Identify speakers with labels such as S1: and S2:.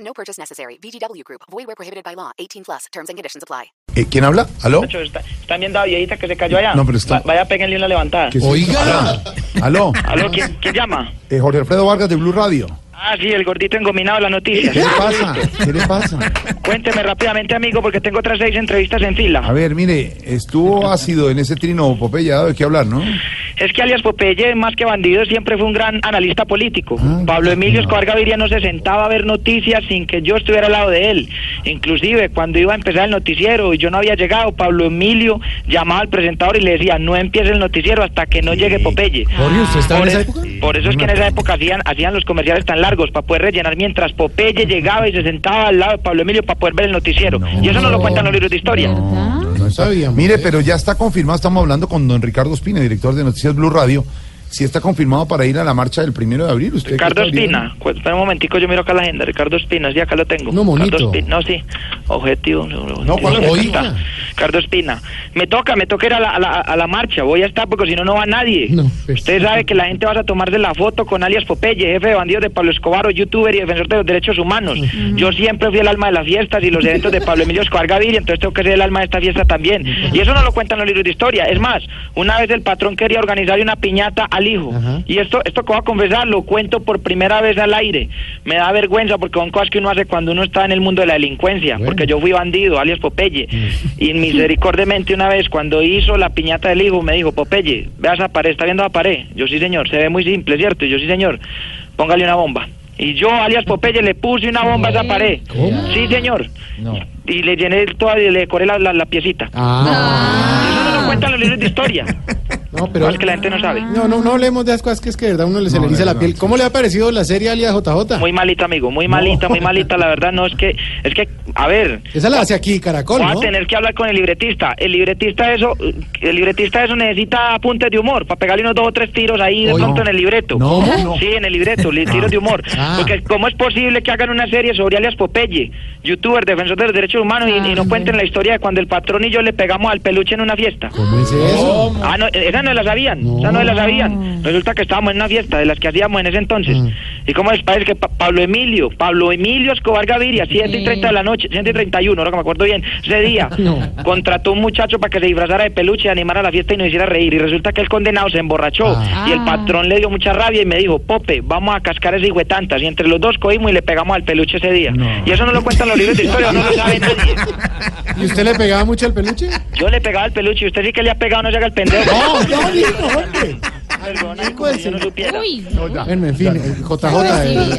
S1: No purchase necessary. VGW Group. Void where prohibited by law. 18 plus. Terms and conditions apply.
S2: Eh, ¿Quién habla? ¿Aló?
S3: Nacho, está, está viendo a la viejita que se cayó allá.
S2: No, pero está-
S3: Va- vaya, péguenle una levantada.
S2: ¿Qué es esto?
S4: Oiga.
S2: ¿Aló?
S3: ¿Aló? ¿Quién, quién llama?
S2: Eh, Jorge Alfredo Vargas de Blue Radio.
S3: Ah, sí, el gordito engominado de las noticias.
S2: ¿Qué le pasa? ¿Qué le pasa?
S3: Cuénteme rápidamente, amigo, porque tengo otras seis entrevistas en
S2: A
S3: fila.
S2: ver, mire, estuvo ácido en ese trino Popeya, dado de qué hablar, ¿no?
S3: Es que alias Popeye, más que bandido, siempre fue un gran analista político.
S2: Ah,
S3: Pablo
S2: no.
S3: Emilio Escobar Gaviria no se sentaba a ver noticias sin que yo estuviera al lado de él. Inclusive, cuando iba a empezar el noticiero y yo no había llegado, Pablo Emilio llamaba al presentador y le decía, no empiece el noticiero hasta que no llegue Popeye.
S4: Jorge, Ah. ¿usted estaba en
S3: Por,
S4: esa
S3: es-
S4: época?
S3: por eso es que en esa época hacían, hacían los comerciales tan largos para poder rellenar mientras Popeye llegaba y se sentaba al lado de Pablo Emilio para poder ver el noticiero. y eso no lo cuentan los libros de historia.
S4: No sabíamos.
S2: Mire, pero ya está confirmado, estamos hablando con don Ricardo Espina, director de Noticias Blue Radio. Si está confirmado para ir a la marcha del primero de abril, usted. que
S3: Ricardo
S2: está bien.
S3: Espina, cuéntame un momentico, yo miro acá la agenda. Ricardo Espina, sí, acá lo tengo.
S4: No, monito.
S3: Ricardo Espina, no, sí. Objetivo.
S2: No, ¿cuál
S3: objetivo,
S4: objetivo?
S3: acá está. Ricardo Espina. Me toca, me toca ir a la, a la- a la marcha. Voy a estar porque si no, no va nadie.
S4: No, pues.
S3: Usted sabe que la gente va a tomarse la foto con alias Popeye, jefe de bandidos de Pablo Escobar, o youtuber y defensor de los derechos humanos. Yo siempre fui el alma de las fiestas y los eventos de Pablo Emilio Escobar Gaviria, entonces tengo que ser el alma de esta fiesta también. Y eso no lo cuentan los libros de historia. Es más, una vez el patrón quería organizar una piñata al hijo.
S4: Ajá.
S3: Y esto, esto que voy a confesar lo cuento por primera vez al aire. Me da vergüenza porque son cosas que uno hace cuando uno está en el mundo de la delincuencia.
S4: Bueno. Mm.
S3: Porque yo fui bandido, alias Popeye. Y misericordiamente una vez cuando hizo la piñata del hijo me dijo, Popeye, veas esa pared, está viendo la pared. Yo sí señor, se ve muy simple, ¿cierto? Y yo sí señor, póngale una bomba. Y yo, alias Popeye, le puse una bomba a esa pared.
S4: ¿Cómo?
S3: Sí, señor.
S4: No.
S3: Y le llené toda, y le decoré la, la- la piecita.
S4: Ah.
S3: Eso no lo cuentan los libros de historia.
S4: No, pero.
S3: Cosas que la gente no sabe.
S4: No, no, no hablemos de las cosas que es que de verdad uno le se
S2: No,
S4: le eriza
S2: no,
S4: la
S2: no,
S4: piel.
S2: sí,
S4: ¿Cómo le ha parecido la serie alias JJ?
S3: Muy malita, amigo, muy malita, muy malita. La verdad, no es que, es que, a ver,
S4: Esa la hace aquí, Caracol,
S3: voy
S4: ¿no?
S3: a tener que hablar con el libretista. El libretista eso, el libretista eso necesita apuntes de humor para pegarle unos dos o tres tiros ahí de
S4: Oye,
S3: pronto
S4: no.
S3: en el libreto.
S2: No, no.
S3: Sí, en el libreto, li- tiros de humor.
S4: Ah.
S3: Porque cómo es posible que hagan una serie sobre alias Popeye, youtuber, defensor de los derechos humanos y- y, no cuenten la historia de cuando el patrón y yo le pegamos al peluche en una fiesta.
S4: ¿Cómo es eso?
S3: Ah, no, esa no la sabían, esa no Mm. la sabían. Resulta que estábamos en una fiesta de las que hacíamos en ese entonces. ¿Y cómo es? Parece que Pa- Pablo Emilio, Pablo Emilio Escobar Gaviria, 7 y 30 de la noche, 7 y 31, ahora que me acuerdo bien, ese día, contrató un muchacho para que se disfrazara de peluche, animara la fiesta y nos hiciera reír. Y resulta que el condenado se emborrachó y el patrón le dio mucha rabia y me dijo, Pope, vamos a cascar ese hijuetantas. Y entre los dos cogimos y le pegamos al peluche ese día. Y eso no lo cuentan los libros de historia, no lo sabe nadie.
S4: ¿Y usted le pegaba mucho al peluche?
S3: Yo le pegaba al peluche y usted sí que le ha pegado, no llega el pendejo.
S4: No, no, no, hombre.
S3: Perdona, como si yo no supiera.
S5: Uy,
S2: No, ya.
S4: Bueno, en fin, el JJ. de verdad.